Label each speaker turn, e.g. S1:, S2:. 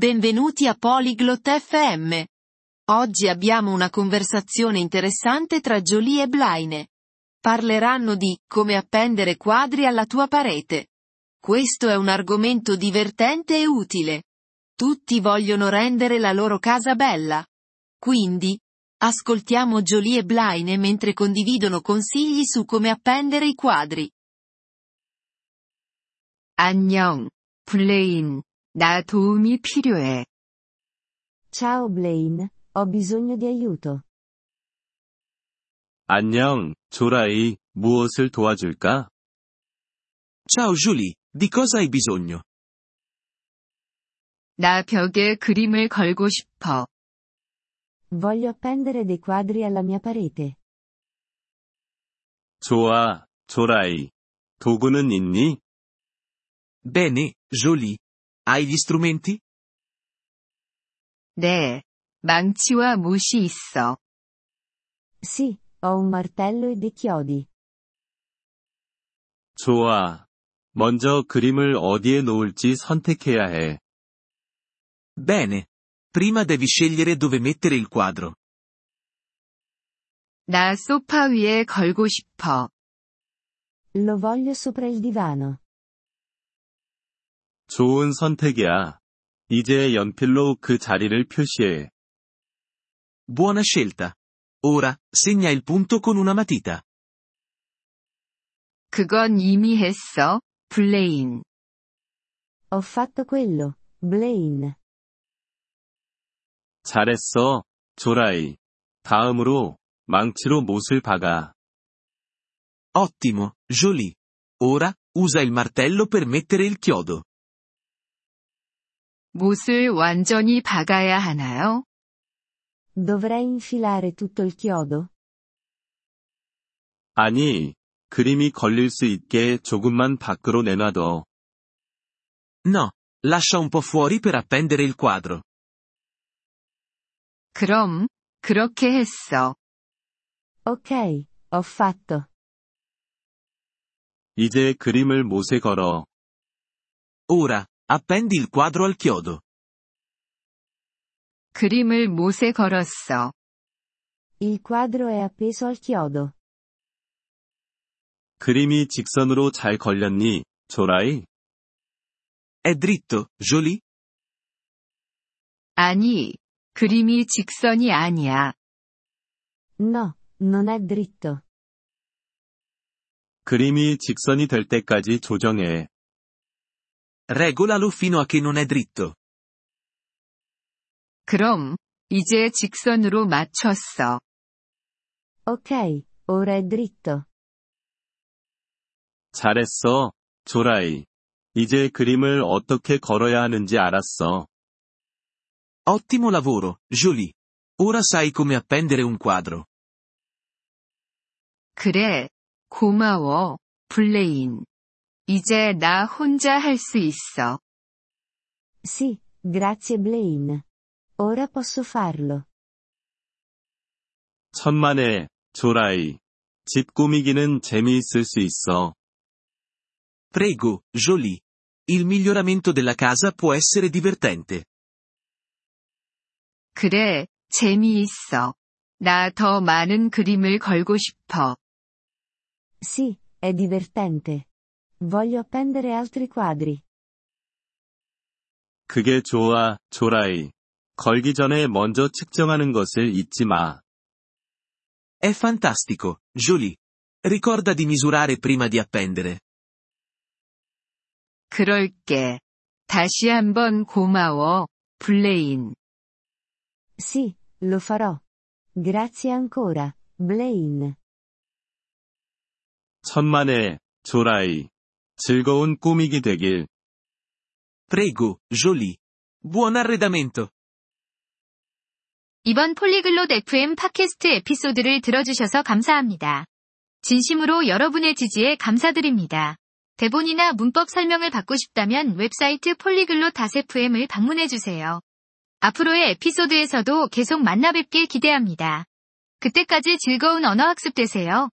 S1: Benvenuti a Polyglot FM. Oggi abbiamo una conversazione interessante tra Jolie e Blaine. Parleranno di come appendere quadri alla tua parete. Questo è un argomento divertente e utile. Tutti vogliono rendere la loro casa bella. Quindi, ascoltiamo Jolie e Blaine mentre condividono consigli su come appendere i quadri.
S2: 안녕, 블레인. 나 도움이 필요해.
S3: Ciao Blaine, ho bisogno di aiuto.
S4: 안녕, 조라이, 무엇을 도와줄까?
S5: Ciao Julie, di cosa hai bisogno?
S2: 나 벽에 그림을 걸고 싶어.
S3: Voglio appendere dei quadri alla mia parete.
S4: 좋아, 조라이. 도구는 있니?
S5: Bene, Jolie. Hai gli strumenti?
S2: 네. 망치와 못이 있어.
S3: Sì, ho un martello e dei chiodi.
S4: 좋아. 먼저 그림을 어디에 놓을지 선택해야 해.
S5: Bene. Prima devi scegliere dove mettere il quadro.
S2: 나 소파 위에 걸고 싶어.
S3: Lo voglio sopra il divano.
S4: 좋은 선택이야. 이제 연필로 그 자리를 표시해.
S5: Buona scelta. Ora, segna il punto con una matita.
S2: 그건 이미 했어, 블레인.
S3: Ho fatto quello, Blaine.
S4: 잘했어, 조라이. 다음으로, 망치로 못을 박아.
S5: Ottimo, Jolie. Ora, usa il martello per mettere il chiodo.
S2: 못을 완전히 박아야 하나요?
S3: Dovrei infilare tutto il chiodo?
S4: 아니, 그림이 걸릴 수 있게 조금만 밖으로 내놔둬.
S5: No, lascia un po' fuori per appendere il quadro.
S2: 그럼, 그렇게 했어.
S3: Ok, ho fatto.
S4: 이제 그림을 못에 걸어.
S5: Ora, appendi il quadro al chiodo.
S2: 그림을 못에 걸었어.
S3: Il quadro è appeso al chiodo.
S4: 그림이 직선으로 잘 걸렸니, 조라이?
S5: È dritto, Jolie?
S2: 아니, 그림이 직선이 아니야.
S3: No, non è dritto.
S4: 그림이 직선이 될 때까지 조정해.
S5: Regolalo fino a che non è dritto.
S2: 그럼, 이제 직선으로 맞췄어.
S3: Ok, ora è dritto.
S4: 잘했어, 조라이. 이제 그림을 어떻게 걸어야 하는지 알았어.
S5: Ottimo lavoro, Jolie. Ora sai come appendere un quadro.
S2: 그래, 고마워, 블레인. 이제 나 혼자 할 수 있어.
S3: Sì, grazie Blaine. Ora posso farlo.
S4: 천만에, 조라이. 집 꾸미기는 재미있을 수 있어.
S5: Prego, Jolie. Il miglioramento della casa può essere divertente.
S2: 그래, 재미있어. 나 더 많은 그림을 걸고 싶어.
S3: Sì, è divertente. Voglio appendere altri quadri.
S4: 그게 좋아, 조라이. 걸기 전에 먼저 측정하는 것을 잊지 마.
S5: È fantastico, Jolie. Ricorda di misurare prima di appendere.
S2: 그럴게. 다시 한번 고마워, 블레인.
S3: Sì, lo farò. Grazie ancora, Blaine.
S4: 천만에, 조라이. 즐거운 꾸미기 되길.
S5: Prego, Jolie. Buon arredamento.
S6: 이번 폴리글롯 FM 팟캐스트 에피소드를 들어주셔서 감사합니다. 진심으로 여러분의 지지에 감사드립니다. 대본이나 문법 설명을 받고 싶다면 웹사이트 폴리글롯 FM을 방문해주세요. 앞으로의 에피소드에서도 계속 만나뵙길 기대합니다. 그때까지 즐거운 언어학습 되세요.